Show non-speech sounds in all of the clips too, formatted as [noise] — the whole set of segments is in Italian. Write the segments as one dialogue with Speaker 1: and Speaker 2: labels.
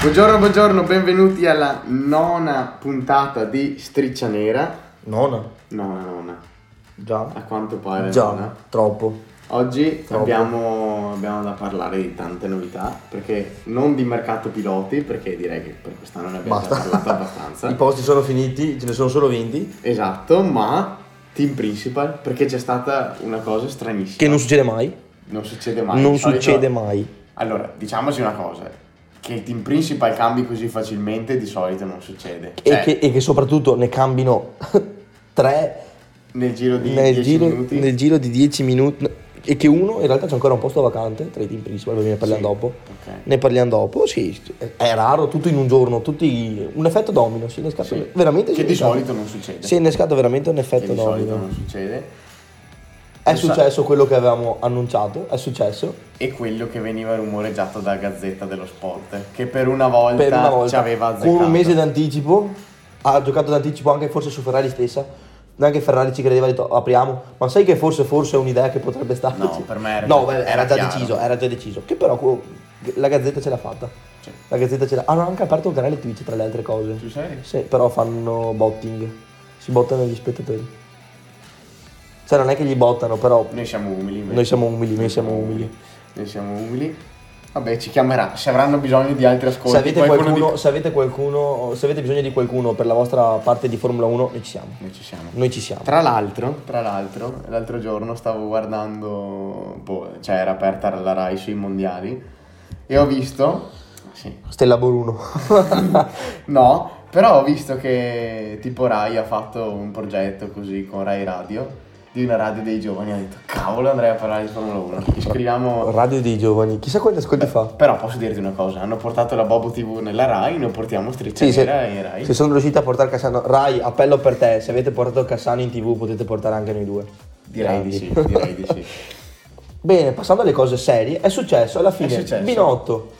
Speaker 1: Buongiorno, buongiorno, benvenuti alla nona puntata di Striccia Nera.
Speaker 2: Nona.
Speaker 1: Nona, nona, a
Speaker 2: Già.
Speaker 1: quanto pare.
Speaker 2: Già,
Speaker 1: nona.
Speaker 2: troppo.
Speaker 1: Oggi
Speaker 2: Troppo.
Speaker 1: abbiamo, abbiamo da parlare di tante novità, perché non di mercato piloti, perché direi che per quest'anno ne abbiamo Eh, già
Speaker 2: Basta.
Speaker 1: parlato
Speaker 2: I [laughs]
Speaker 1: abbastanza.
Speaker 2: posti sono finiti, ce ne sono solo 20.
Speaker 1: esatto, ma team principal, perché c'è stata una cosa stranissima.
Speaker 2: Che non succede mai.
Speaker 1: Non succede mai.
Speaker 2: non
Speaker 1: Di solito-
Speaker 2: succede mai.
Speaker 1: Allora, diciamoci una cosa, che il team principal cambi così facilmente di solito non succede.
Speaker 2: E,
Speaker 1: Cioè,
Speaker 2: che, e che soprattutto ne cambino [laughs] tre
Speaker 1: nel giro di
Speaker 2: nel
Speaker 1: 10
Speaker 2: giro,
Speaker 1: minuti.
Speaker 2: nel giro di 10 minuti. E che uno, in realtà c'è ancora un posto vacante tra i team principal, poi ne parliamo
Speaker 1: Sì.
Speaker 2: dopo.
Speaker 1: Ok.
Speaker 2: Ne parliamo dopo, sì, è raro, tutto in un giorno, tutti, un effetto domino, si è innescato
Speaker 1: Sì.
Speaker 2: veramente. si
Speaker 1: Che
Speaker 2: è
Speaker 1: di
Speaker 2: innescato-
Speaker 1: solito non succede.
Speaker 2: Si è innescato veramente un
Speaker 1: che
Speaker 2: effetto
Speaker 1: di solito
Speaker 2: domino.
Speaker 1: non succede.
Speaker 2: È
Speaker 1: Non sa-
Speaker 2: successo quello che avevamo annunciato, è successo.
Speaker 1: E quello che veniva rumoreggiato da Gazzetta dello Sport, che per una volta,
Speaker 2: per una volta
Speaker 1: ci aveva azzeccato.
Speaker 2: con un mese d'anticipo ha giocato d'anticipo anche forse su Ferrari stessa neanche Ferrari ci credeva ha detto apriamo ma sai che forse forse è un'idea che potrebbe starci
Speaker 1: No, per me era-
Speaker 2: No, beh, era,
Speaker 1: era
Speaker 2: già
Speaker 1: chiaro.
Speaker 2: deciso era già deciso che però co- la gazzetta ce l'ha fatta
Speaker 1: Cioè,
Speaker 2: la gazzetta ce l'ha hanno anche aperto un canale Twitch tra le altre cose
Speaker 1: tu sei?
Speaker 2: sì però fanno botting si bottano gli spettatori cioè non è che gli bottano però
Speaker 1: Noi siamo umili. invece.
Speaker 2: noi siamo umili noi siamo umili
Speaker 1: Noi siamo umili. Vabbè, ci chiamerà. Se avranno bisogno di altri ascolti,
Speaker 2: Se avete,
Speaker 1: qualcuno
Speaker 2: qualcuno,
Speaker 1: di-
Speaker 2: se, avete qualcuno, se avete bisogno di qualcuno per la vostra parte di Formula 1, noi ci siamo.
Speaker 1: Noi ci siamo.
Speaker 2: Noi ci siamo.
Speaker 1: Tra l'altro, tra l'altro, l'altro giorno stavo guardando, boh, cioè era aperta la Rai sui mondiali e ho visto, sì, [laughs]
Speaker 2: Stella Boruno.
Speaker 1: no, però ho visto che tipo Rai ha fatto un progetto così con Rai Radio, di una radio dei giovani, ho detto cavolo andrei a parlare di Formula 1, iscriviamo...
Speaker 2: Radio dei giovani. Chissà quanti ascolti fa.
Speaker 1: Però posso dirti una cosa, hanno portato la Bobo TV nella Rai, noi portiamo Striscia
Speaker 2: Sì, se,
Speaker 1: Nera cioè, in Rai.
Speaker 2: se sono riusciti a portare Cassano. Rai, appello per te. Se avete portato Cassano in tv potete portare anche noi due.
Speaker 1: Direi di sì,
Speaker 2: Grandi.
Speaker 1: direi di sì.
Speaker 2: [laughs] Bene, passando alle cose serie, è successo alla fine.
Speaker 1: successo.
Speaker 2: Binotto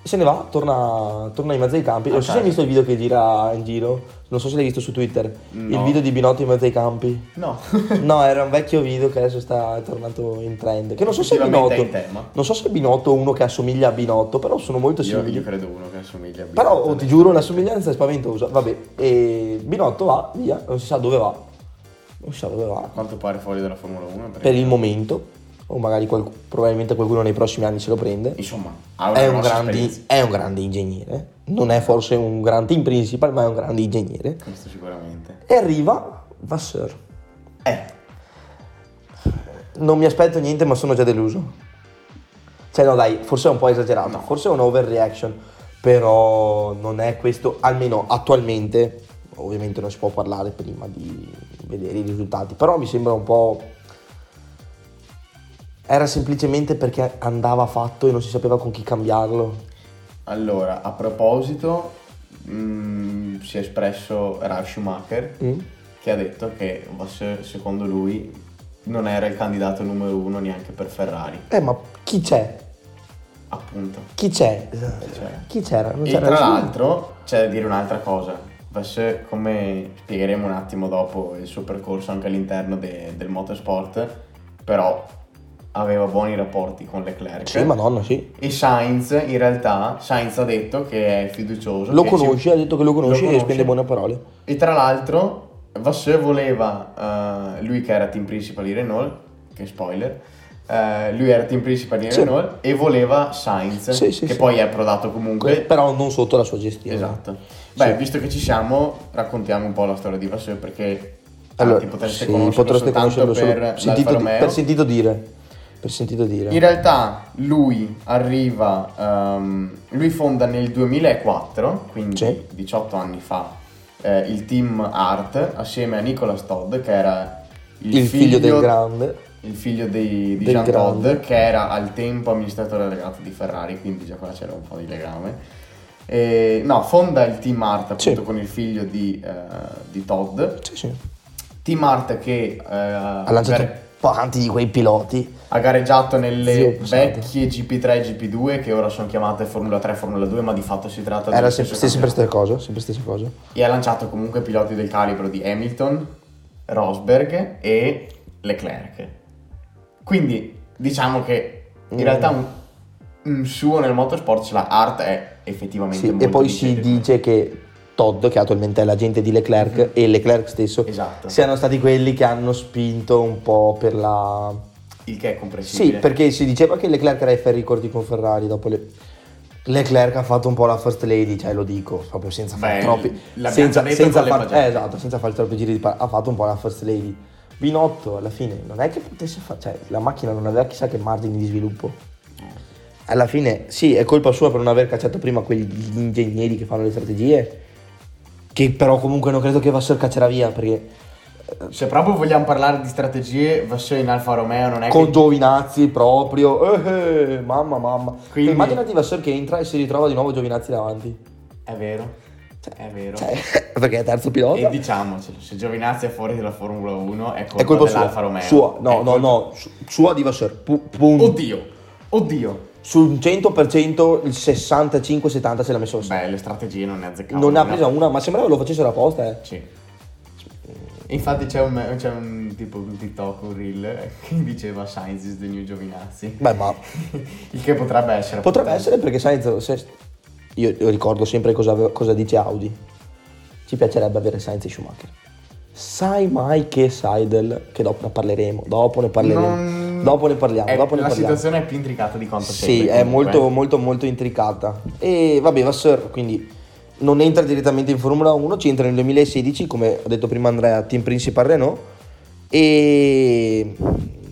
Speaker 2: se ne va, torna, torna in mezzo ai campi. Non so
Speaker 1: casa.
Speaker 2: se hai visto il video che gira in giro. Non so se l'hai visto su Twitter.
Speaker 1: Mm, No.
Speaker 2: Il video di Binotto in mezzo ai campi.
Speaker 1: No,
Speaker 2: No, era un vecchio video che adesso sta è tornato in trend. Che non so se è
Speaker 1: Effettivamente è
Speaker 2: Binotto.
Speaker 1: in tema.
Speaker 2: Non so se è Binotto o uno che assomiglia a Binotto, però sono molto
Speaker 1: io,
Speaker 2: simili.
Speaker 1: io credo uno che assomiglia a Bill
Speaker 2: però oh,
Speaker 1: Clinton.
Speaker 2: ti giuro, la somiglianza è spaventosa. Vabbè, e Binotto va via, non si sa dove va. Non si sa dove va.
Speaker 1: A quanto pare fuori dalla Formula 1 perché-
Speaker 2: Per il momento, o magari qualc- probabilmente qualcuno nei prossimi anni se lo prende.
Speaker 1: insomma ha una
Speaker 2: È un,
Speaker 1: grossa
Speaker 2: grande,
Speaker 1: esperienza.
Speaker 2: è un grande ingegnere. Non è forse un gran team principal, ma è un grande ingegnere.
Speaker 1: questo sicuramente
Speaker 2: E arriva Vasseur.
Speaker 1: eh
Speaker 2: Non mi aspetto niente, ma sono già deluso. Cioè, no, dai, forse è un po' esagerato, forse è un overreaction, però non è questo, almeno attualmente, ovviamente non si può parlare prima di vedere i risultati, però mi sembra un po'... Era semplicemente perché andava fatto e non si sapeva con chi cambiarlo.
Speaker 1: allora a proposito mm, si è espresso Ralf Schumacher
Speaker 2: Mm?
Speaker 1: che ha detto che Vasseur, secondo lui non era il candidato numero uno neanche per Ferrari
Speaker 2: Eh, ma chi c'è?
Speaker 1: appunto
Speaker 2: Chi c'è?
Speaker 1: c'era?
Speaker 2: Chi c'era? Non
Speaker 1: e
Speaker 2: c'era
Speaker 1: tra
Speaker 2: nessuno.
Speaker 1: l'altro c'è da dire un'altra cosa Vasseur, come spiegheremo un attimo dopo il suo percorso anche all'interno de- del motorsport però aveva buoni rapporti con Leclerc
Speaker 2: Sì, madonna, sì.
Speaker 1: E Sainz, Cioè, in realtà, Sainz ha detto che è fiducioso.
Speaker 2: Lo
Speaker 1: che ci-
Speaker 2: conosci, ha detto che lo conosci e spende buone parole.
Speaker 1: E tra l'altro, Vasseur voleva, eh, lui che era team principal di Renault, che spoiler, eh, lui era team principal di
Speaker 2: Sì.
Speaker 1: Renault e voleva Sainz,
Speaker 2: Sì, sì,
Speaker 1: che
Speaker 2: sì.
Speaker 1: poi è approdato comunque.
Speaker 2: Però non sotto la sua gestione.
Speaker 1: Esatto. Beh,
Speaker 2: Sì.
Speaker 1: visto che ci siamo, raccontiamo un po' la storia di Vasseur perché
Speaker 2: Allora,
Speaker 1: tanti Ah, potreste
Speaker 2: sì,
Speaker 1: conoscerlo
Speaker 2: potreste
Speaker 1: soltanto
Speaker 2: conoscerlo solo
Speaker 1: per l'Alfa
Speaker 2: sentito di-
Speaker 1: Romeo.
Speaker 2: per sentito dire. Per sentito dire.
Speaker 1: In realtà lui arriva, ehm, lui fonda nel 2004, quindi
Speaker 2: Sì.
Speaker 1: 18 anni fa, eh, il team Art assieme a Nicolas Todd che era il,
Speaker 2: il figlio, del grande.
Speaker 1: il figlio di, di
Speaker 2: del
Speaker 1: Jean Todd
Speaker 2: grande.
Speaker 1: che era al tempo amministratore delegato di Ferrari, quindi già qua c'era un po' di legame. E, no, fonda il team Art appunto
Speaker 2: Sì.
Speaker 1: con il figlio di, eh, di Todd.
Speaker 2: Sì, sì.
Speaker 1: Team Art che eh,
Speaker 2: Ha lanciato tanti di quei piloti.
Speaker 1: ha gareggiato nelle
Speaker 2: Zio Posate.
Speaker 1: vecchie GP3 e GP2 che ora sono chiamate Formula 3 e Formula 2 ma di fatto si tratta
Speaker 2: Era
Speaker 1: dello
Speaker 2: sempre,
Speaker 1: stesso
Speaker 2: sempre
Speaker 1: campionato.
Speaker 2: stessa cosa, sempre stessa cosa.
Speaker 1: e ha lanciato comunque piloti del calibro di Hamilton, Rosberg e Leclerc quindi diciamo che in
Speaker 2: Mm.
Speaker 1: realtà un, un suo nel motorsport ce l'ha cioè Art è effettivamente
Speaker 2: Sì,
Speaker 1: molto
Speaker 2: e poi si
Speaker 1: difficile.
Speaker 2: dice che Todd, che attualmente è l'agente di Leclerc, e Leclerc stesso
Speaker 1: Mhm. Esatto.
Speaker 2: siano stati quelli che hanno spinto un po' per la...
Speaker 1: Il che è
Speaker 2: Sì,
Speaker 1: comprensibile.
Speaker 2: perché si diceva che Leclerc era ai ferri corti con Ferrari dopo le... Leclerc ha fatto un po' la first lady, cioè lo dico, proprio senza fare
Speaker 1: Beh,
Speaker 2: troppi...
Speaker 1: l'abbiamo
Speaker 2: Senza,
Speaker 1: detto
Speaker 2: senza
Speaker 1: con le
Speaker 2: far-
Speaker 1: bagiate.
Speaker 2: eh, esatto, senza fare troppi giri di palla, ha fatto un po' la first lady. Binotto alla fine non è che potesse fare... Cioè, la macchina non aveva chissà che margini di sviluppo. Alla fine, sì, è colpa sua per non aver cacciato prima quegli ingegneri che fanno le strategie, che però comunque non credo che Vasseur caccerà via, perché
Speaker 1: Se proprio vogliamo parlare di strategie, Vasseur in Alfa Romeo non è
Speaker 2: con
Speaker 1: che...
Speaker 2: Giovinazzi proprio. eh, eh, mamma mamma.
Speaker 1: Quindi-
Speaker 2: Immaginati Vasseur che entra e si ritrova di nuovo Giovinazzi davanti.
Speaker 1: È vero, è vero.
Speaker 2: Cioè, [laughs] perché è terzo pilota.
Speaker 1: E diciamocelo, se Giovinazzi è fuori dalla Formula 1 è colpa,
Speaker 2: È colpa
Speaker 1: dell'Alfa
Speaker 2: sua.
Speaker 1: Romeo.
Speaker 2: Sua,
Speaker 1: È
Speaker 2: no, no,
Speaker 1: colpa-
Speaker 2: no, su- sua di Vasseur. Pu- punto.
Speaker 1: Oddio, oddio.
Speaker 2: Sul 100% il 65-70 se l'ha messo Vasseur.
Speaker 1: Beh, le strategie non ne azzeccavano.
Speaker 2: Non ne ha
Speaker 1: una.
Speaker 2: presa una, ma sembrava lo facessero apposta, eh.
Speaker 1: Sì. Infatti c'è un, c'è un tipo un TikTok, un reel, [laughs] che diceva Science is the new Giovinazzi. [laughs]
Speaker 2: Beh, ma
Speaker 1: Il che potrebbe essere.
Speaker 2: Potrebbe
Speaker 1: appunto.
Speaker 2: essere perché Sainz, se- io, io ricordo sempre cosa, ave- cosa dice Audi. Ci piacerebbe avere Sainz e Schumacher. Sai mai che Seidel, che dopo ne parleremo, dopo ne parleremo,
Speaker 1: Non-
Speaker 2: dopo ne parliamo,
Speaker 1: È-
Speaker 2: dopo ne
Speaker 1: la
Speaker 2: parliamo.
Speaker 1: situazione è più intricata di quanto
Speaker 2: Sì,
Speaker 1: sembri,
Speaker 2: è
Speaker 1: comunque. eh.
Speaker 2: molto molto molto intricata. E vabbè, Vasseur quindi non entra direttamente in Formula 1, ci entra nel 2016, come ho detto prima Andrea, team principal Renault e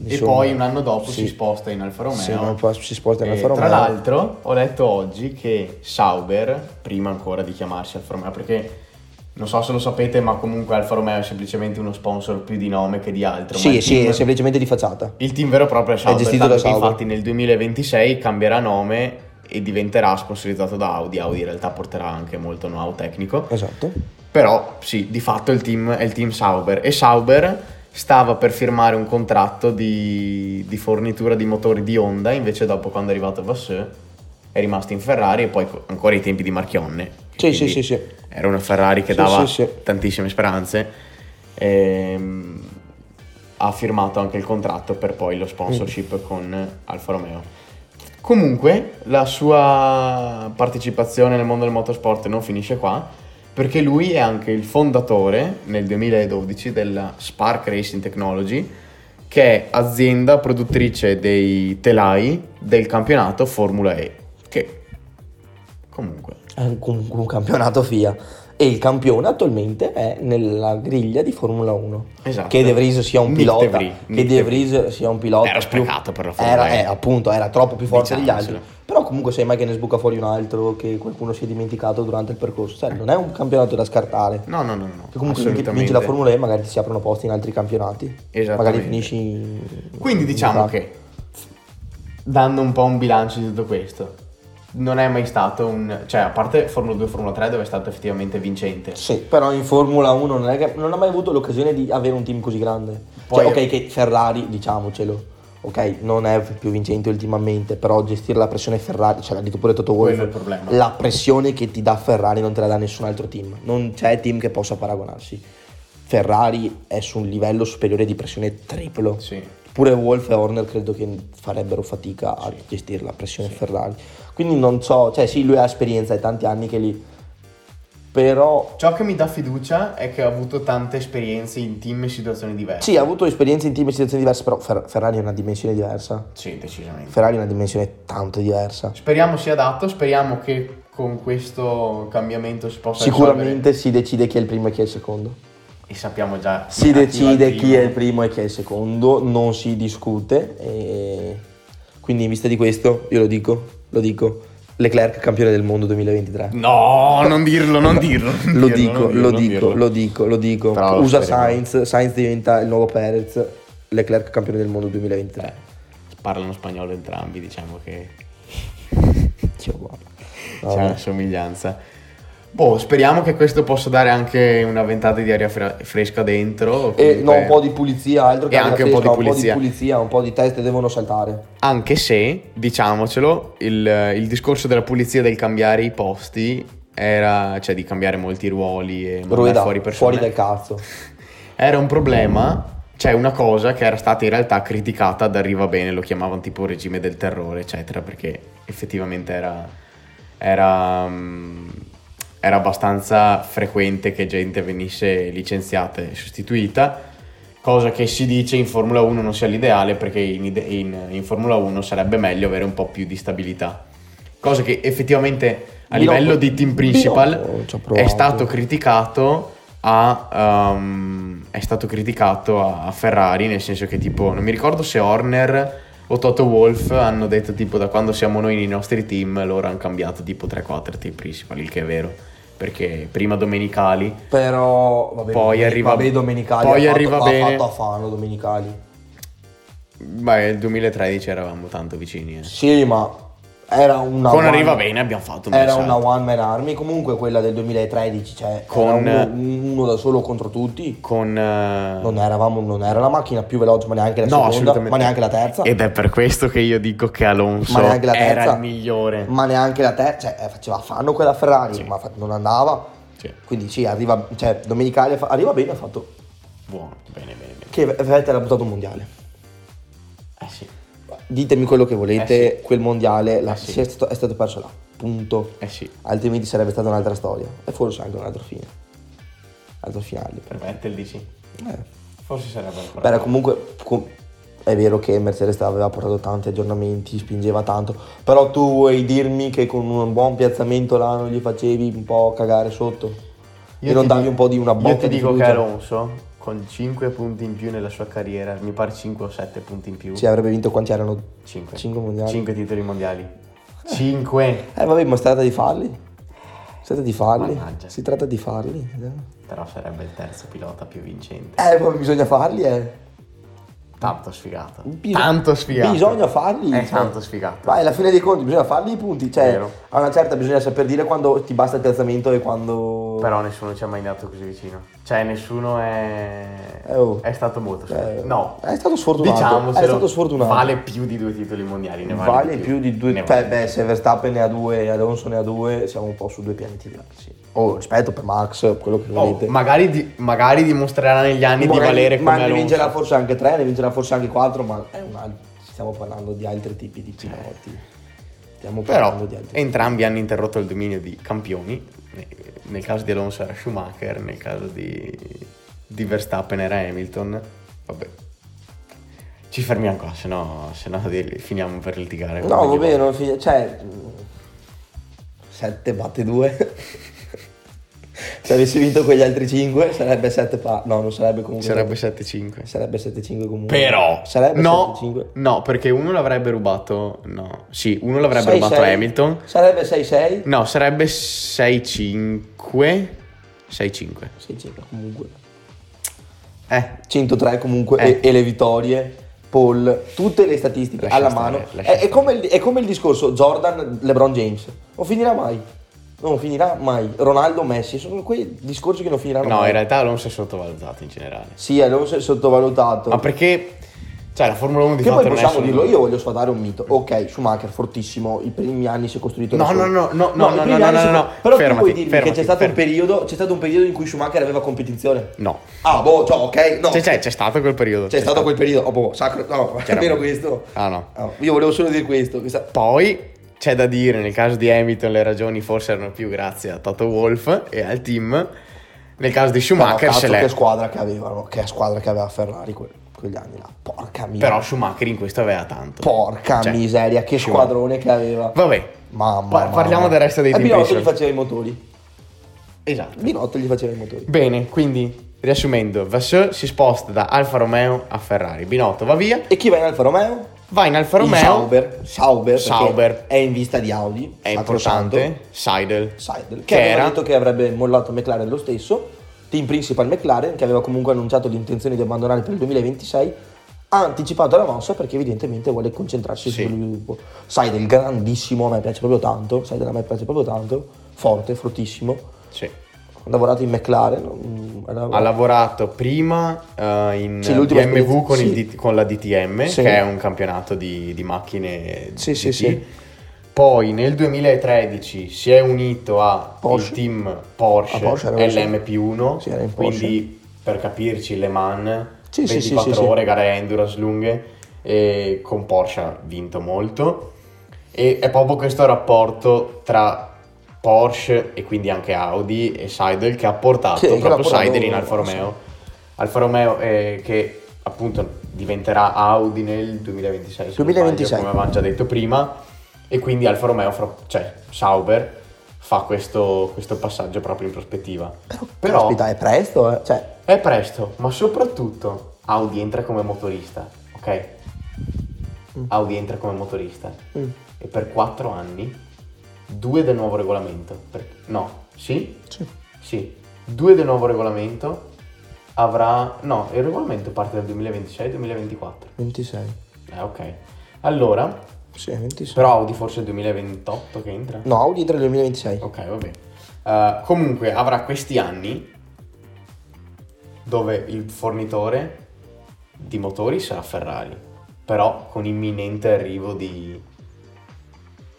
Speaker 1: E
Speaker 2: insomma,
Speaker 1: poi un anno dopo
Speaker 2: sì.
Speaker 1: si sposta in Alfa Romeo.
Speaker 2: Sì, un anno fa- si sposta in
Speaker 1: E
Speaker 2: Alfa Romeo.
Speaker 1: Tra l'altro, ho letto oggi che Sauber, prima ancora di chiamarsi Alfa Romeo, perché non so se lo sapete, ma comunque Alfa Romeo è semplicemente uno sponsor più di nome che di altro. ma
Speaker 2: Sì,
Speaker 1: il
Speaker 2: sì,
Speaker 1: team-
Speaker 2: è semplicemente di facciata.
Speaker 1: Il team vero e proprio è Sauber,
Speaker 2: gestito da
Speaker 1: tanto che
Speaker 2: Sauber.
Speaker 1: infatti nel 2026 cambierà nome e diventerà sponsorizzato da Audi. Audi in realtà porterà anche molto know-how tecnico.
Speaker 2: Esatto.
Speaker 1: Però sì, di fatto il team è il team Sauber e Sauber stava per firmare un contratto di, di fornitura di motori di Honda, invece dopo quando è arrivato Vasseur è rimasto in Ferrari e poi co- ancora i tempi di Marchionne.
Speaker 2: Sì, sì,
Speaker 1: Quindi
Speaker 2: sì, sì.
Speaker 1: Era una Ferrari che
Speaker 2: Sì,
Speaker 1: dava
Speaker 2: sì, sì.
Speaker 1: tantissime speranze. Ehm, ha firmato anche il contratto per poi lo sponsorship
Speaker 2: Mm.
Speaker 1: con Alfa Romeo. Comunque, la sua partecipazione nel mondo del motorsport non finisce qua, perché lui è anche il fondatore nel 2012 della Spark Racing Technology, che è azienda produttrice dei telai del campionato Formula E, che comunque
Speaker 2: È un, un- un campionato FIA. E il campione attualmente è nella griglia di Formula 1.
Speaker 1: Esatto.
Speaker 2: Che De Vries sia un
Speaker 1: Nick
Speaker 2: pilota.
Speaker 1: De Vries,
Speaker 2: che
Speaker 1: Nick
Speaker 2: De
Speaker 1: De
Speaker 2: Vries sia un pilota.
Speaker 1: Era
Speaker 2: più-
Speaker 1: sprecato per la Formula Diciamo, E.
Speaker 2: era, eh, appunto, era troppo più forte degli altri.
Speaker 1: Diciamocelo.
Speaker 2: Però comunque sai mai che ne sbuca fuori un altro, che qualcuno si è dimenticato durante il percorso. Cioè, non è un campionato da scartare.
Speaker 1: No, no, no, no.
Speaker 2: Che comunque vinci- vinci la Formula E magari ti si aprono posti in altri campionati.
Speaker 1: Esattamente.
Speaker 2: Magari finisci... in-
Speaker 1: Quindi diciamo
Speaker 2: in-
Speaker 1: che dando un po' un bilancio di tutto questo, non è mai stato un cioè a parte Formula 2 e Formula 3 dove è stato effettivamente vincente.
Speaker 2: Sì, però in Formula 1 non, è che, non ha mai avuto l'occasione di avere un team così grande.
Speaker 1: Poi-
Speaker 2: cioè, ok, che Ferrari, diciamocelo, ok, non è più vincente ultimamente, però gestire la pressione Ferrari, cioè l'ha detto pure Toto
Speaker 1: Quello è il
Speaker 2: Wolff,
Speaker 1: problema.
Speaker 2: la pressione che ti dà Ferrari non te la dà nessun altro team. Non c'è team che possa paragonarsi. Ferrari è su un livello superiore di pressione triplo.
Speaker 1: Sì.
Speaker 2: Pure Wolf e Horner credo che farebbero fatica a gestire la pressione Ferrari. Quindi non so, cioè sì, lui ha esperienza, è tanti anni che lì. Però
Speaker 1: Ciò che mi dà fiducia è che ho avuto tante esperienze in team e situazioni diverse.
Speaker 2: Sì, ha avuto esperienze in team e situazioni diverse, però Fer- Ferrari è una dimensione diversa.
Speaker 1: Sì, decisamente.
Speaker 2: Ferrari è una dimensione tanto diversa.
Speaker 1: Speriamo sia adatto, speriamo che con questo cambiamento si possa risolvere.
Speaker 2: Sicuramente si decide chi è il primo e chi è il secondo.
Speaker 1: e sappiamo già
Speaker 2: Si decide chi è il
Speaker 1: primo.
Speaker 2: primo e chi è il secondo, non si discute. E... Quindi in vista di questo, io lo dico, lo dico, Leclerc campione del mondo 2023.
Speaker 1: No, non dirlo, non dirlo. non
Speaker 2: Lo
Speaker 1: dirlo,
Speaker 2: dico,
Speaker 1: Mm. non dirlo,
Speaker 2: lo
Speaker 1: non
Speaker 2: dico,
Speaker 1: dirlo.
Speaker 2: lo dico, lo dico.
Speaker 1: Però lo
Speaker 2: Usa
Speaker 1: speriamo.
Speaker 2: Sainz, Sainz diventa il nuovo Perez, Leclerc campione del mondo 2023.
Speaker 1: Parlano spagnolo entrambi, diciamo che
Speaker 2: Dio, guarda.
Speaker 1: c'è
Speaker 2: Vabbè.
Speaker 1: una somiglianza. Boh, speriamo che questo possa dare anche una ventata di aria fra- fresca dentro.
Speaker 2: E
Speaker 1: comunque-
Speaker 2: no, un po' di pulizia, altro che
Speaker 1: E
Speaker 2: aria
Speaker 1: anche un po'
Speaker 2: fresca,
Speaker 1: di pulizia.
Speaker 2: un po' di pulizia, un po' di teste devono saltare.
Speaker 1: Anche se, diciamocelo, il, il discorso della pulizia e del cambiare i posti era, cioè di cambiare molti ruoli e mandare
Speaker 2: Rueda,
Speaker 1: fuori
Speaker 2: fuori,
Speaker 1: persone.
Speaker 2: dal cazzo.
Speaker 1: Era un problema, cioè una cosa che era stata in realtà criticata da Riva Bene, lo chiamavano tipo regime del terrore, eccetera, perché effettivamente era era, mm, era abbastanza frequente che gente venisse licenziata e sostituita, cosa che si dice in Formula 1 non sia l'ideale perché in, ide- in- in Formula 1 sarebbe meglio avere un po' più di stabilità, cosa che effettivamente a
Speaker 2: Binotto-
Speaker 1: livello di team principal
Speaker 2: Binotto ci ha
Speaker 1: è
Speaker 2: provato.
Speaker 1: stato criticato a ehm, è stato criticato a a Ferrari nel senso che tipo non mi ricordo se Horner o Toto Wolf hanno detto tipo da quando siamo noi nei nostri team loro hanno cambiato tipo 3-4 team principali il che è vero perché prima Domenicali
Speaker 2: Però vabbè,
Speaker 1: Poi arriva-
Speaker 2: vabbè, Domenicali
Speaker 1: poi
Speaker 2: ha fatto-
Speaker 1: arriva
Speaker 2: ha
Speaker 1: bene.
Speaker 2: fatto a Fano Domenicali.
Speaker 1: beh nel 2013 eravamo tanto vicini eh.
Speaker 2: Sì, ma era una
Speaker 1: con
Speaker 2: one-
Speaker 1: arriva bene diciamo. abbiamo fatto un
Speaker 2: Era
Speaker 1: bel
Speaker 2: una
Speaker 1: salto.
Speaker 2: one man army, comunque quella del 2013, cioè
Speaker 1: Con-
Speaker 2: era uno, uno da solo contro tutti.
Speaker 1: con eh,
Speaker 2: Non eravamo non era la macchina più veloce, ma neanche la
Speaker 1: No,
Speaker 2: seconda,
Speaker 1: assolutamente.
Speaker 2: ma neanche la terza.
Speaker 1: ed è per questo che io dico che Alonso
Speaker 2: ma neanche la terza.
Speaker 1: era il migliore
Speaker 2: Ma neanche la terza, cioè eh, faceva fanno quella Ferrari,
Speaker 1: Sì.
Speaker 2: ma fa- non andava.
Speaker 1: Sì,
Speaker 2: Quindi sì, arriva, cioè Domenicali ha fa- arriva bene, ha fatto
Speaker 1: buono bene bene bene
Speaker 2: che Vettel ha buttato un mondiale.
Speaker 1: eh sì
Speaker 2: Ditemi quello che volete,
Speaker 1: Eh sì.
Speaker 2: quel mondiale la-
Speaker 1: Eh sì.
Speaker 2: sì, è, stato, è stato perso là, punto.
Speaker 1: eh sì
Speaker 2: Altrimenti sarebbe stata un'altra storia e forse anche un altro fine. Altro finale.
Speaker 1: Per Vettel dici?
Speaker 2: Eh.
Speaker 1: Forse sarebbe ancora.
Speaker 2: Beh, era comunque com- è vero che Mercedes aveva portato tanti aggiornamenti, spingeva tanto, però tu vuoi dirmi che con un buon piazzamento là non gli facevi un po' cagare sotto? e non davi un po' di una botta
Speaker 1: Io ti
Speaker 2: di
Speaker 1: dico
Speaker 2: fiducia?
Speaker 1: che Alonso con 5 punti in più nella sua carriera, mi pare 5 o 7 punti in più.
Speaker 2: Sì, avrebbe vinto quanti erano?
Speaker 1: 5.
Speaker 2: Cinque mondiali.
Speaker 1: 5 titoli mondiali. 5.
Speaker 2: Eh vabbè, ma si tratta di farli. Si tratta di farli.
Speaker 1: Mannaggia.
Speaker 2: Si tratta di farli. eh.
Speaker 1: Però sarebbe il terzo pilota più vincente.
Speaker 2: Eh, poi bisogna farli, eh.
Speaker 1: Tanto sfigato.
Speaker 2: Bis-
Speaker 1: tanto sfigato.
Speaker 2: Bisogna farli.
Speaker 1: È
Speaker 2: cioè.
Speaker 1: tanto sfigato.
Speaker 2: Ma alla fine dei conti bisogna farli i punti. Cioè,
Speaker 1: Vero.
Speaker 2: a una certa bisogna saper dire quando ti basta il piazzamento e quando...
Speaker 1: Però nessuno ci ha mai andato così vicino. Cioè, nessuno è.
Speaker 2: Eh, oh.
Speaker 1: È stato molto.
Speaker 2: Eh,
Speaker 1: no.
Speaker 2: È stato sfortunato.
Speaker 1: Diciamocelo,
Speaker 2: È stato sfortunato.
Speaker 1: Vale più di due titoli mondiali. Ne vale,
Speaker 2: Vale più di due...
Speaker 1: Ne
Speaker 2: Cioè,
Speaker 1: vale.
Speaker 2: beh, se Verstappen ne ha due e Alonso ne ha due, siamo un po' su due pianeti diversi. Oh, rispetto per Max, quello che
Speaker 1: Oh,
Speaker 2: volete.
Speaker 1: magari, di- magari dimostrerà negli anni
Speaker 2: Magari-
Speaker 1: di valere come
Speaker 2: ma ne
Speaker 1: Alonso.
Speaker 2: vincerà forse anche 3, ne vincerà forse anche 4, ma è un altro- stiamo parlando di altri tipi di piloti. Stiamo parlando
Speaker 1: Però
Speaker 2: di altri
Speaker 1: entrambi hanno interrotto il dominio di campioni. Ne- Nel caso di Alonso era Schumacher, nel caso di, di Verstappen era Hamilton. Vabbè. Ci fermiamo qua, se no, se no di- finiamo per litigare.
Speaker 2: No,
Speaker 1: Ogni
Speaker 2: va bene,
Speaker 1: volta.
Speaker 2: non finisce. Cioè, 7 batte 2. Se avessi vinto quegli altri 5 sarebbe 7 pa... No, non sarebbe comunque.
Speaker 1: Sarebbe 7-5.
Speaker 2: sarebbe 7-5 comunque.
Speaker 1: Però
Speaker 2: Sarebbe
Speaker 1: no,
Speaker 2: 7-5.
Speaker 1: no, perché uno l'avrebbe rubato. No, sì, uno l'avrebbe rubato a
Speaker 2: 6-6.
Speaker 1: Hamilton.
Speaker 2: Sarebbe 6-6.
Speaker 1: No, sarebbe 6-5. 6-5.
Speaker 2: 6-5 comunque.
Speaker 1: Eh,
Speaker 2: 103 comunque
Speaker 1: Eh.
Speaker 2: e, e le vittorie, Paul, tutte le statistiche
Speaker 1: Lascia
Speaker 2: alla
Speaker 1: stare,
Speaker 2: mano.
Speaker 1: lascia
Speaker 2: È, è
Speaker 1: stare.
Speaker 2: come il, è come il discorso Jordan, LeBron James. Non finirà mai. Non finirà mai. Ronaldo, Messi, sono quei discorsi che non finiranno
Speaker 1: no,
Speaker 2: mai.
Speaker 1: in realtà Alonso è sottovalutato in generale.
Speaker 2: Sì, Alonso è sottovalutato.
Speaker 1: Ma perché? Cioè, la Formula 1 di
Speaker 2: che
Speaker 1: fatto
Speaker 2: poi
Speaker 1: non è
Speaker 2: possiamo
Speaker 1: solo-
Speaker 2: dirlo, io voglio sfatare un mito. Ok, Schumacher fortissimo, i primi anni si è costruito da
Speaker 1: No,
Speaker 2: solo.
Speaker 1: no, no, no, no,
Speaker 2: i
Speaker 1: no,
Speaker 2: primi
Speaker 1: no,
Speaker 2: anni
Speaker 1: no,
Speaker 2: si-
Speaker 1: no, no.
Speaker 2: Però tu
Speaker 1: Fermati,
Speaker 2: puoi dirmi che
Speaker 1: fermati,
Speaker 2: c'è stato, un
Speaker 1: fermati.
Speaker 2: periodo, c'è stato un periodo in cui Schumacher aveva competizione.
Speaker 1: No.
Speaker 2: Ah, boh, cioè, ok, no.
Speaker 1: Cioè, c'è, c'è stato quel periodo.
Speaker 2: C'è stato quel periodo, oh, boh, sacro, no, [laughs] almeno questo.
Speaker 1: Ah, no.
Speaker 2: Ah, io volevo solo dire questo. che sa-
Speaker 1: Poi c'è da dire, nel caso di Hamilton le ragioni forse erano più grazie a Toto Wolff e al team. Nel caso di Schumacher
Speaker 2: Però,
Speaker 1: se
Speaker 2: cazzo,
Speaker 1: l'è.
Speaker 2: che squadra che avevano, che squadra che aveva Ferrari que- quegli anni là. Porca miseria.
Speaker 1: Però Schumacher in questo aveva tanto.
Speaker 2: Porca
Speaker 1: Cioè,
Speaker 2: miseria, che
Speaker 1: Schumacher.
Speaker 2: squadrone che aveva.
Speaker 1: Vabbè.
Speaker 2: Mamma
Speaker 1: Par-
Speaker 2: mia.
Speaker 1: parliamo del resto dei
Speaker 2: E
Speaker 1: team
Speaker 2: Binotto Eh, gli
Speaker 1: principal.
Speaker 2: faceva i motori.
Speaker 1: Esatto.
Speaker 2: Binotto gli faceva i motori.
Speaker 1: Bene, quindi riassumendo, Vasseur si sposta da Alfa Romeo a Ferrari. Binotto va via,
Speaker 2: E chi va in Alfa Romeo?
Speaker 1: va in Alfa
Speaker 2: Il
Speaker 1: Romeo.
Speaker 2: Sauber. Sauber. perché
Speaker 1: Sauber.
Speaker 2: È in vista di Audi.
Speaker 1: È
Speaker 2: sacrosanto.
Speaker 1: importante. Seidel.
Speaker 2: Seidel,
Speaker 1: Che
Speaker 2: che, aveva
Speaker 1: era-
Speaker 2: detto che avrebbe mollato McLaren lo stesso, team principal McLaren che aveva comunque annunciato l'intenzione di abbandonare per il 2026, ha anticipato la mossa perché evidentemente vuole concentrarsi
Speaker 1: Sì.
Speaker 2: sullo sviluppo. Seidel grandissimo, a me piace proprio tanto, Seidel a me piace proprio tanto, forte, fortissimo,
Speaker 1: Sì.
Speaker 2: ha lavorato in McLaren, mm, ha lavorato-
Speaker 1: Ha lavorato prima eh, in
Speaker 2: Sì, l'ultima
Speaker 1: BMW con, il
Speaker 2: esperienza, sì.
Speaker 1: D- con la DTM,
Speaker 2: Sì.
Speaker 1: che è un campionato di, di macchine
Speaker 2: Sì,
Speaker 1: GT.
Speaker 2: sì, sì.
Speaker 1: Poi nel 2013 si è unito a
Speaker 2: Porsche.
Speaker 1: il team Porsche,
Speaker 2: A Porsche, era Porsche.
Speaker 1: LMP1,
Speaker 2: Sì, era in
Speaker 1: quindi per capirci Le Mans,
Speaker 2: Sì, sì, sì,
Speaker 1: 24
Speaker 2: sì, sì.
Speaker 1: ore, gare endurance lunghe, e con Porsche ha vinto molto. E è proprio questo rapporto tra Porsche e quindi anche Audi e Seidel che ha portato
Speaker 2: Sì, che l'ha
Speaker 1: Esatto, proprio
Speaker 2: portato-
Speaker 1: Seidel in Alfa Romeo. Alfa Romeo eh, che appunto diventerà Audi nel 2026, se non sbaglio,
Speaker 2: 2026.
Speaker 1: come avevamo già detto prima, e quindi Alfa Romeo, fra- cioè Sauber, fa questo, questo passaggio proprio in prospettiva. Però
Speaker 2: Aspetta, è presto, eh. Cioè,
Speaker 1: è presto, ma soprattutto Audi entra come motorista, ok?
Speaker 2: Mm.
Speaker 1: Audi entra come motorista
Speaker 2: mm,
Speaker 1: e per 4 anni, due del nuovo regolamento, per- no, sì,
Speaker 2: sì.
Speaker 1: sì, due del nuovo regolamento avrà, no, il regolamento parte dal 2026-2024,
Speaker 2: 26.
Speaker 1: eh ok, allora,
Speaker 2: Sì, 26.
Speaker 1: però Audi forse è il 2028 che entra?
Speaker 2: No, Audi tra il 2026.
Speaker 1: Ok, va bene. Eh, comunque avrà questi anni dove il fornitore di motori sarà Ferrari, però con imminente arrivo di,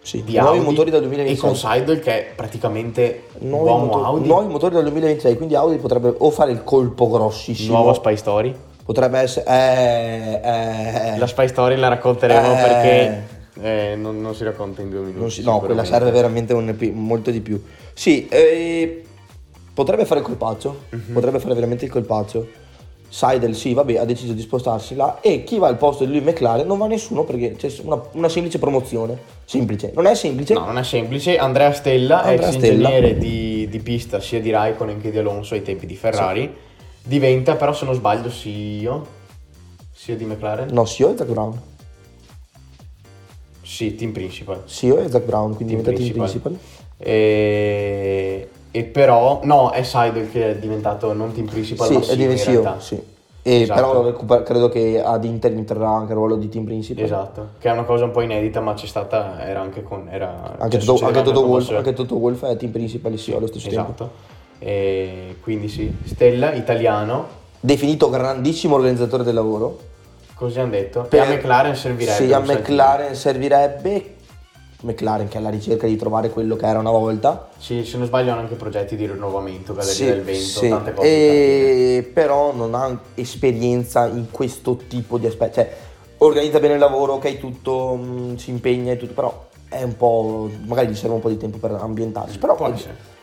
Speaker 2: Sì,
Speaker 1: di
Speaker 2: nuovi
Speaker 1: Audi
Speaker 2: motori dal
Speaker 1: e con
Speaker 2: 2026.
Speaker 1: Seidel che è praticamente
Speaker 2: Nuovi,
Speaker 1: uomo
Speaker 2: moto-
Speaker 1: Audi,
Speaker 2: nuovi motori dal 2026, quindi Audi potrebbe o fare il colpo grossissimo.
Speaker 1: nuova Spy Story.
Speaker 2: potrebbe essere... Eh, eh, eh.
Speaker 1: La Spy Story la racconteremo
Speaker 2: Eh.
Speaker 1: perché eh, non, non si racconta in due minuti.
Speaker 2: Non si- no, quella
Speaker 1: sicuramente.
Speaker 2: serve veramente un epi- molto di più. Sì, eh, potrebbe fare il colpaccio.
Speaker 1: Mhm.
Speaker 2: Potrebbe fare veramente il colpaccio. Seidel, sì, vabbè, ha deciso di spostarsi là. E chi va al posto di lui, McLaren, non va nessuno perché c'è una, una semplice promozione. Semplice, non è semplice.
Speaker 1: No, non è semplice. Andrea Stella,
Speaker 2: Andrea
Speaker 1: ex
Speaker 2: Stella.
Speaker 1: ingegnere di, di pista sia di Raikkonen che di Alonso ai tempi di Ferrari, diventa però se non sbaglio CEO, CEO di McLaren?
Speaker 2: No, CEO è Zach Brown.
Speaker 1: Sì, team principal.
Speaker 2: CEO è Zach Brown, quindi
Speaker 1: Team
Speaker 2: diventa team
Speaker 1: principal.
Speaker 2: principal.
Speaker 1: E, e però, no, è Seidel che è diventato non team principal, ma
Speaker 2: Sì, è
Speaker 1: CEO in
Speaker 2: diventato CEO,
Speaker 1: realtà.
Speaker 2: sì. E
Speaker 1: Esatto.
Speaker 2: però recupera- credo che ad Inter entrerà anche il ruolo di team principal.
Speaker 1: Esatto, che è una cosa un po' inedita, ma c'è stata, era anche con... Era,
Speaker 2: Anche,
Speaker 1: cioè,
Speaker 2: Toto,
Speaker 1: succederà
Speaker 2: anche, Toto
Speaker 1: nel
Speaker 2: Wolff,
Speaker 1: prossimo-
Speaker 2: anche Toto Wolff è team principal e CEO allo stesso tempo.
Speaker 1: Esatto. E quindi sì, Stella, italiano,
Speaker 2: definito grandissimo organizzatore del lavoro.
Speaker 1: Così hanno detto.
Speaker 2: Per-
Speaker 1: e a McLaren servirebbe.
Speaker 2: Sì, a
Speaker 1: un saltino.
Speaker 2: McLaren servirebbe. McLaren che è alla ricerca di trovare quello che era una volta.
Speaker 1: Sì, se non sbaglio hanno anche progetti di rinnovamento, galleria del vento,
Speaker 2: sì.
Speaker 1: tante cose.
Speaker 2: E però non ha esperienza in questo tipo di aspetti. Cioè, organizza bene il lavoro, ok, tutto, mh, si impegna e tutto, però è un po'... magari gli serve un po' di tempo per ambientarsi. Però
Speaker 1: Può essere.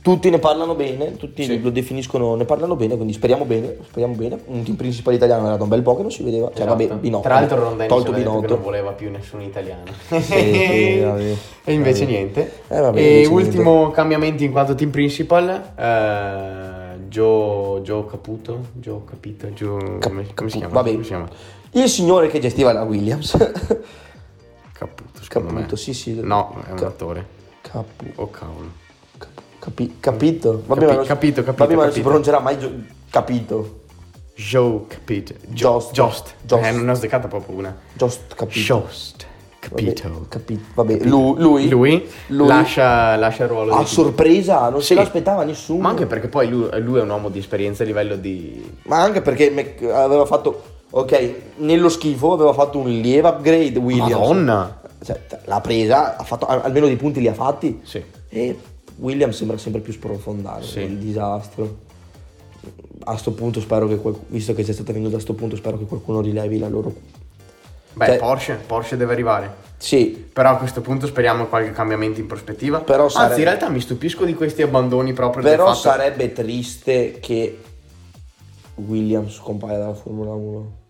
Speaker 2: tutti ne parlano bene, tutti
Speaker 1: Sì.
Speaker 2: lo definiscono, ne parlano bene, quindi speriamo bene, speriamo bene. Un team principale italiano era da un bel po' che non si vedeva. Cioè,
Speaker 1: Esatto.
Speaker 2: vabbè, Binotto.
Speaker 1: Tra l'altro Ron Dennis
Speaker 2: tolto
Speaker 1: aveva detto che
Speaker 2: Binotto. Eh,
Speaker 1: non voleva più nessun
Speaker 2: [laughs]
Speaker 1: italiano.
Speaker 2: sì, vabbè.
Speaker 1: [laughs] e invece
Speaker 2: Vabbè.
Speaker 1: niente.
Speaker 2: Eh, vabbè,
Speaker 1: e
Speaker 2: invece
Speaker 1: ultimo cambiamento in quanto team principal. eh, Joe, Joe Caputo. Joe Capito. Joe, come, come si chiama?
Speaker 2: Vabbè.
Speaker 1: Come si chiama?
Speaker 2: Il signore che gestiva la Williams. [laughs]
Speaker 1: Caputo, secondo me.
Speaker 2: Caputo, sì, sì.
Speaker 1: No, è un
Speaker 2: Ca-
Speaker 1: attore.
Speaker 2: Capu-
Speaker 1: Oh cavolo.
Speaker 2: capi- capito? Vabbè,
Speaker 1: Capi-
Speaker 2: ma non,
Speaker 1: capito, capito,
Speaker 2: Vabbè, ma non si
Speaker 1: capito.
Speaker 2: pronuncerà mai gio- capito.
Speaker 1: Joe Capito.
Speaker 2: Jost.
Speaker 1: Jost.
Speaker 2: Jost.
Speaker 1: Eh, non ne ho azzeccata proprio una.
Speaker 2: Just capito.
Speaker 1: Jost.
Speaker 2: Vabbè,
Speaker 1: Capito.
Speaker 2: capito. Vabbè, Lui, lui,
Speaker 1: Lui,
Speaker 2: Lui.
Speaker 1: Lascia, lascia il ruolo
Speaker 2: a
Speaker 1: di team.
Speaker 2: sorpresa non
Speaker 1: Sì.
Speaker 2: se l'aspettava nessuno.
Speaker 1: Ma anche perché poi lui, lui è un uomo di esperienza a livello di...
Speaker 2: Ma anche perché Mac- aveva fatto Ok, nello schifo aveva fatto un lieve upgrade Williams.
Speaker 1: Madonna!
Speaker 2: Cioè, t- l'ha presa, ha fatto, al- almeno dei punti li ha fatti.
Speaker 1: Sì.
Speaker 2: E Williams sembra sempre più sprofondare
Speaker 1: Sì.
Speaker 2: il disastro. A sto punto spero che qualcuno, visto che c'è stata venduta a sto punto, spero che qualcuno rilevi la loro...
Speaker 1: Beh,
Speaker 2: Cioè-
Speaker 1: Porsche, Porsche deve arrivare.
Speaker 2: Sì,
Speaker 1: Però a questo punto speriamo qualche cambiamento in prospettiva.
Speaker 2: Però
Speaker 1: Anzi,
Speaker 2: sarebbe-
Speaker 1: in realtà mi stupisco di questi abbandoni proprio del
Speaker 2: però
Speaker 1: fatto-
Speaker 2: sarebbe triste che Williams scompaia dalla Formula 1.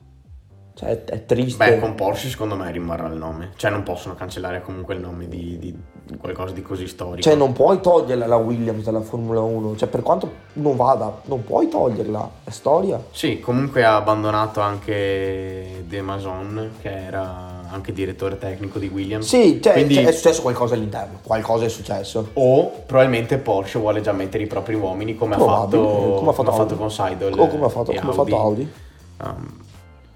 Speaker 2: Cioè, è, è triste.
Speaker 1: Beh, con Porsche secondo me rimarrà il nome. Cioè non possono cancellare comunque il nome di, di qualcosa di così storico.
Speaker 2: Cioè, non puoi toglierla la Williams dalla Formula 1. Cioè, per quanto non vada, non puoi toglierla. È storia.
Speaker 1: Sì, comunque ha abbandonato anche De Mason, che era anche direttore tecnico di Williams.
Speaker 2: Sì, cioè,
Speaker 1: Quindi-
Speaker 2: cioè, è successo qualcosa all'interno. Qualcosa è successo.
Speaker 1: O probabilmente Porsche vuole già mettere i propri uomini come, ha
Speaker 2: Probabile,
Speaker 1: fatto,
Speaker 2: eh, come ha fatto Audi.
Speaker 1: con Seidel.
Speaker 2: O come ha fatto,
Speaker 1: e
Speaker 2: come ha fatto Audi.
Speaker 1: Um,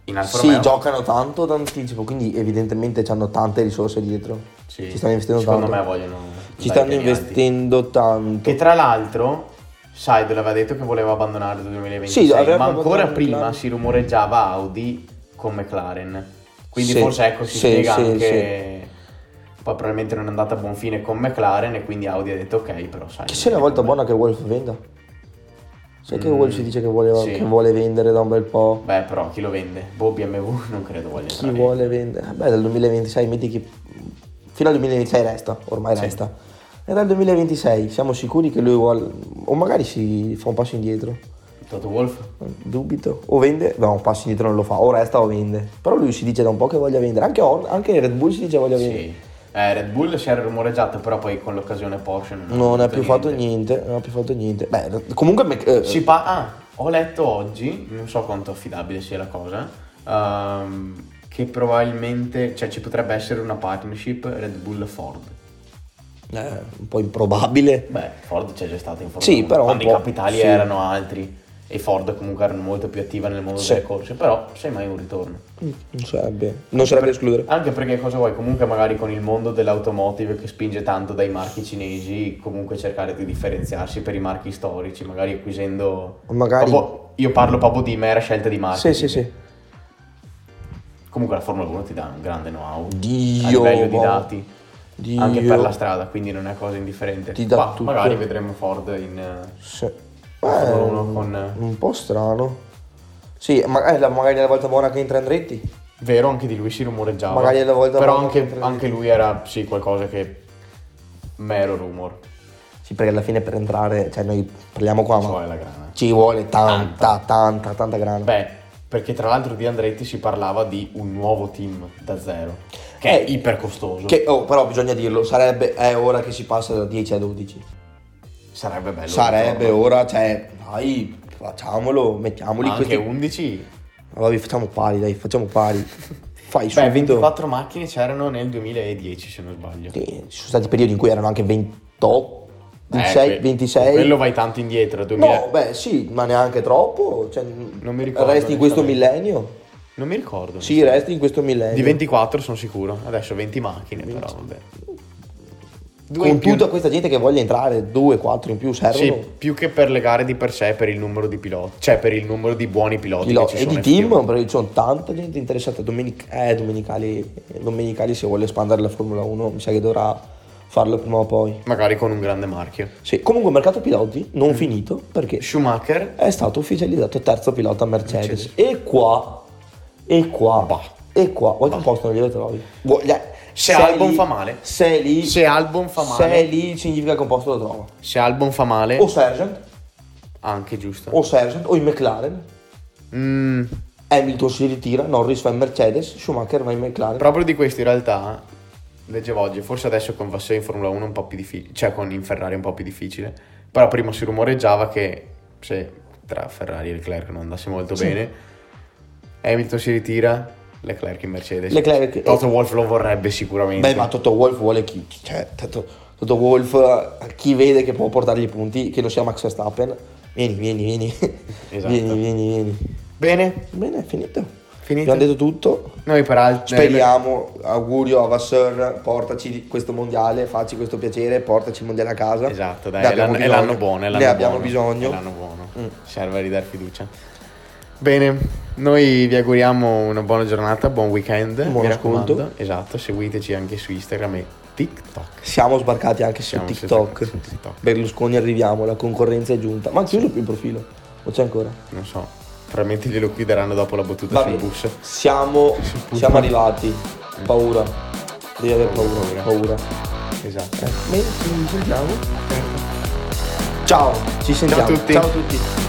Speaker 1: in Alfa
Speaker 2: Sì,
Speaker 1: Romeo.
Speaker 2: giocano tanto d'anticipo, quindi evidentemente hanno tante risorse dietro.
Speaker 1: Sì,
Speaker 2: Ci stanno investendo
Speaker 1: secondo
Speaker 2: tanto.
Speaker 1: me vogliono... andare
Speaker 2: Ci stanno
Speaker 1: piani avanti.
Speaker 2: investendo tanto.
Speaker 1: Che tra l'altro Seidel aveva detto che voleva abbandonare il 2026,
Speaker 2: Sì, aveva
Speaker 1: ma ancora
Speaker 2: abbandonato
Speaker 1: prima
Speaker 2: McLaren.
Speaker 1: si rumoreggiava Audi con McLaren. Quindi
Speaker 2: Sì,
Speaker 1: forse ecco si
Speaker 2: sì,
Speaker 1: spiega
Speaker 2: sì,
Speaker 1: anche... Poi probabilmente non è andata a buon fine con McLaren e quindi Audi ha detto ok, però sai...
Speaker 2: Che sia una volta buona che Wolf venda. Sai che Wolf si dice che, voleva-
Speaker 1: Mm. sì.
Speaker 2: che vuole vendere da un bel po'.
Speaker 1: Beh, però chi lo vende? Boh, BMW [laughs] non credo voglia
Speaker 2: Chi
Speaker 1: entrare.
Speaker 2: vuole vendere? Beh, dal 2026 metti che fino al 2026 resta, ormai
Speaker 1: Sì.
Speaker 2: resta. E dal 2026 siamo sicuri che lui vuole, o magari si fa un passo indietro,
Speaker 1: Toto Wolf?
Speaker 2: dubito, o vende, no un passo indietro non lo fa, o resta o vende. Però lui si dice da un po' che voglia vendere, anche, Or- anche Red Bull si dice voglia vendere.
Speaker 1: Sì. Eh, Red Bull si era rumoreggiato, però poi con l'occasione Porsche non,
Speaker 2: Non ha più fatto niente, non ha più fatto niente. Beh, comunque... Mc- eh,
Speaker 1: Si pa- ah, ho letto oggi, non so quanto affidabile sia la cosa, ehm, che probabilmente, cioè ci potrebbe essere una partnership Red Bull-Ford.
Speaker 2: eh, un po' improbabile.
Speaker 1: Beh, Ford c'è già stata in Formula
Speaker 2: Sì,
Speaker 1: uno,
Speaker 2: però un
Speaker 1: quando i
Speaker 2: po',
Speaker 1: capitali
Speaker 2: sì.
Speaker 1: erano altri e Ford comunque erano molto più attiva nel mondo
Speaker 2: Sì.
Speaker 1: delle corse, però sei mai un ritorno.
Speaker 2: Non sarebbe, non sarebbe da escludere.
Speaker 1: Anche perché cosa vuoi? Comunque magari con il mondo dell'automotive che spinge tanto dai marchi cinesi, comunque cercare di differenziarsi per i marchi storici, magari acquisendo...
Speaker 2: Magari-
Speaker 1: proprio- io parlo proprio di mera scelta di marchi.
Speaker 2: Sì, sì, sì.
Speaker 1: Comunque la Formula 1 ti dà un grande know-how
Speaker 2: Dio,
Speaker 1: a livello di
Speaker 2: boh.
Speaker 1: dati,
Speaker 2: Dio.
Speaker 1: anche per la strada, quindi non è cosa indifferente.
Speaker 2: Ti dà
Speaker 1: Ma
Speaker 2: tutto.
Speaker 1: magari vedremo Ford in... eh,
Speaker 2: Sì.
Speaker 1: Formula
Speaker 2: Eh,
Speaker 1: uno con-
Speaker 2: Un po' strano. Sì, ma- eh, la- magari la volta buona che entra Andretti.
Speaker 1: Vero, anche di lui si rumoreggiava.
Speaker 2: Magari alla volta
Speaker 1: Però
Speaker 2: avremmo
Speaker 1: anche,
Speaker 2: preso-
Speaker 1: anche lui era, sì, qualcosa che... Mero rumor.
Speaker 2: Sì, perché alla fine per entrare, cioè noi parliamo qua, ma
Speaker 1: So è la grana.
Speaker 2: ci vuole tanta, tanta, tanta grana.
Speaker 1: Cioè. Beh, perché tra l'altro di Andretti si parlava di un nuovo team da zero, che è
Speaker 2: Eh,
Speaker 1: iper costoso.
Speaker 2: Che, oh, però bisogna dirlo, sarebbe, è ora che si passa da 10 a 12.
Speaker 1: Eh, Sarebbe bello.
Speaker 2: sarebbe
Speaker 1: ritorno.
Speaker 2: ora, cioè, dai, facciamolo, mettiamoli
Speaker 1: Ma anche
Speaker 2: questi.
Speaker 1: 11.
Speaker 2: Vabbè, facciamo pari, dai, facciamo pari. Fai
Speaker 1: Beh,
Speaker 2: subito.
Speaker 1: 24 macchine c'erano nel 2010, se non sbaglio.
Speaker 2: Sì, ci sono stati periodi in cui erano anche 28,
Speaker 1: Eh,
Speaker 2: 26,
Speaker 1: que-
Speaker 2: 26.
Speaker 1: Quello vai tanto indietro, 2000.
Speaker 2: No, beh, sì, ma neanche troppo. Cioè,
Speaker 1: Non mi ricordo,
Speaker 2: Resti in questo
Speaker 1: onestamente.
Speaker 2: millennio?
Speaker 1: Non mi ricordo.
Speaker 2: Sì, eh, resti in questo millennio.
Speaker 1: Di 24 sono sicuro. Adesso 20 macchine, però vabbè. Due in
Speaker 2: Con
Speaker 1: più-
Speaker 2: tutta questa gente che voglia entrare, 2, 4 in più
Speaker 1: Sì,
Speaker 2: servono.
Speaker 1: più che per le gare di per sé, per il numero di piloti, cioè per il numero di buoni piloti
Speaker 2: Di lo-
Speaker 1: che ci
Speaker 2: e
Speaker 1: sono
Speaker 2: di
Speaker 1: in
Speaker 2: team,
Speaker 1: FIA.
Speaker 2: perché ci sono tanta gente interessata. Domenic- eh, domenicali, domenicali, se vuole espandere la Formula 1, mi sa che dovrà farlo prima o poi.
Speaker 1: Magari con un grande marchio.
Speaker 2: Sì, comunque, mercato piloti
Speaker 1: Mm.
Speaker 2: non finito perché
Speaker 1: Schumacher,
Speaker 2: è stato ufficializzato terzo pilota a Mercedes.
Speaker 1: Mercedes.
Speaker 2: E qua, e qua,
Speaker 1: Bah.
Speaker 2: e qua, vuoi che un posto non glielo trovi? Vuoi- eh,
Speaker 1: Se
Speaker 2: sei
Speaker 1: Albon
Speaker 2: lì-
Speaker 1: fa male.
Speaker 2: Sei lì.
Speaker 1: Se Albon fa male.
Speaker 2: Sei Oh. lì significa che un posto lo trova.
Speaker 1: se Albon fa male,
Speaker 2: O Sergent,
Speaker 1: anche giusto.
Speaker 2: o Sergent, o in McLaren.
Speaker 1: Mm,
Speaker 2: Hamilton si ritira, Norris fa in Mercedes, Schumacher va in McLaren.
Speaker 1: proprio di questo in realtà leggevo oggi, forse adesso con Vasseur in Formula 1 è un po' più difficile, cioè con in Ferrari è un po' più difficile, però prima si rumoreggiava che se tra Ferrari e Leclerc non andasse molto bene, Hamilton si ritira, Leclerc in Mercedes.
Speaker 2: Leclerc- eh.
Speaker 1: Toto Wolff lo vorrebbe sicuramente.
Speaker 2: Beh, ma Toto Wolf vuole chi? chi- Cioè, Toto, Toto Wolf, eh, chi vede che può portargli i punti, che non sia Max Verstappen. Vieni, vieni, vieni.
Speaker 1: Esatto.
Speaker 2: Vieni, vieni, vieni.
Speaker 1: Bene,
Speaker 2: Bene, è finito.
Speaker 1: Finito.
Speaker 2: Abbiamo detto tutto.
Speaker 1: noi peraltro
Speaker 2: Speriamo, augurio a Vasseur, portaci di- questo mondiale, facci questo piacere, portaci il mondiale a casa.
Speaker 1: Esatto,
Speaker 2: Ne
Speaker 1: dai, è
Speaker 2: abbiamo
Speaker 1: l'anno, è
Speaker 2: bisogno.
Speaker 1: l'anno buono. È l'anno
Speaker 2: ne abbiamo
Speaker 1: buono,
Speaker 2: bisogno. Mm.
Speaker 1: È l'anno buono. Serve a ridare fiducia. Bene, noi vi auguriamo una buona giornata, buon weekend.
Speaker 2: buon
Speaker 1: mi
Speaker 2: ascolto.
Speaker 1: raccomando. Esatto, seguiteci anche su Instagram e TikTok.
Speaker 2: Siamo sbarcati anche
Speaker 1: Siamo
Speaker 2: su
Speaker 1: su
Speaker 2: TikTok.
Speaker 1: su TikTok.
Speaker 2: Berlusconi arriviamo, la concorrenza è giunta. Ma ha chiuso più il profilo? O c'è ancora?
Speaker 1: Non so, probabilmente glielo chiuderanno dopo la battuta
Speaker 2: Va
Speaker 1: sul
Speaker 2: bene.
Speaker 1: bus. Mm.
Speaker 2: Siamo, siamo arrivati. Paura. Devi aver paura.
Speaker 1: Paura.
Speaker 2: Paura.
Speaker 1: Esatto.
Speaker 2: Eh, bene, ci sentiamo. Ciao, ci sentiamo.
Speaker 1: tutti.
Speaker 2: Ciao a tutti.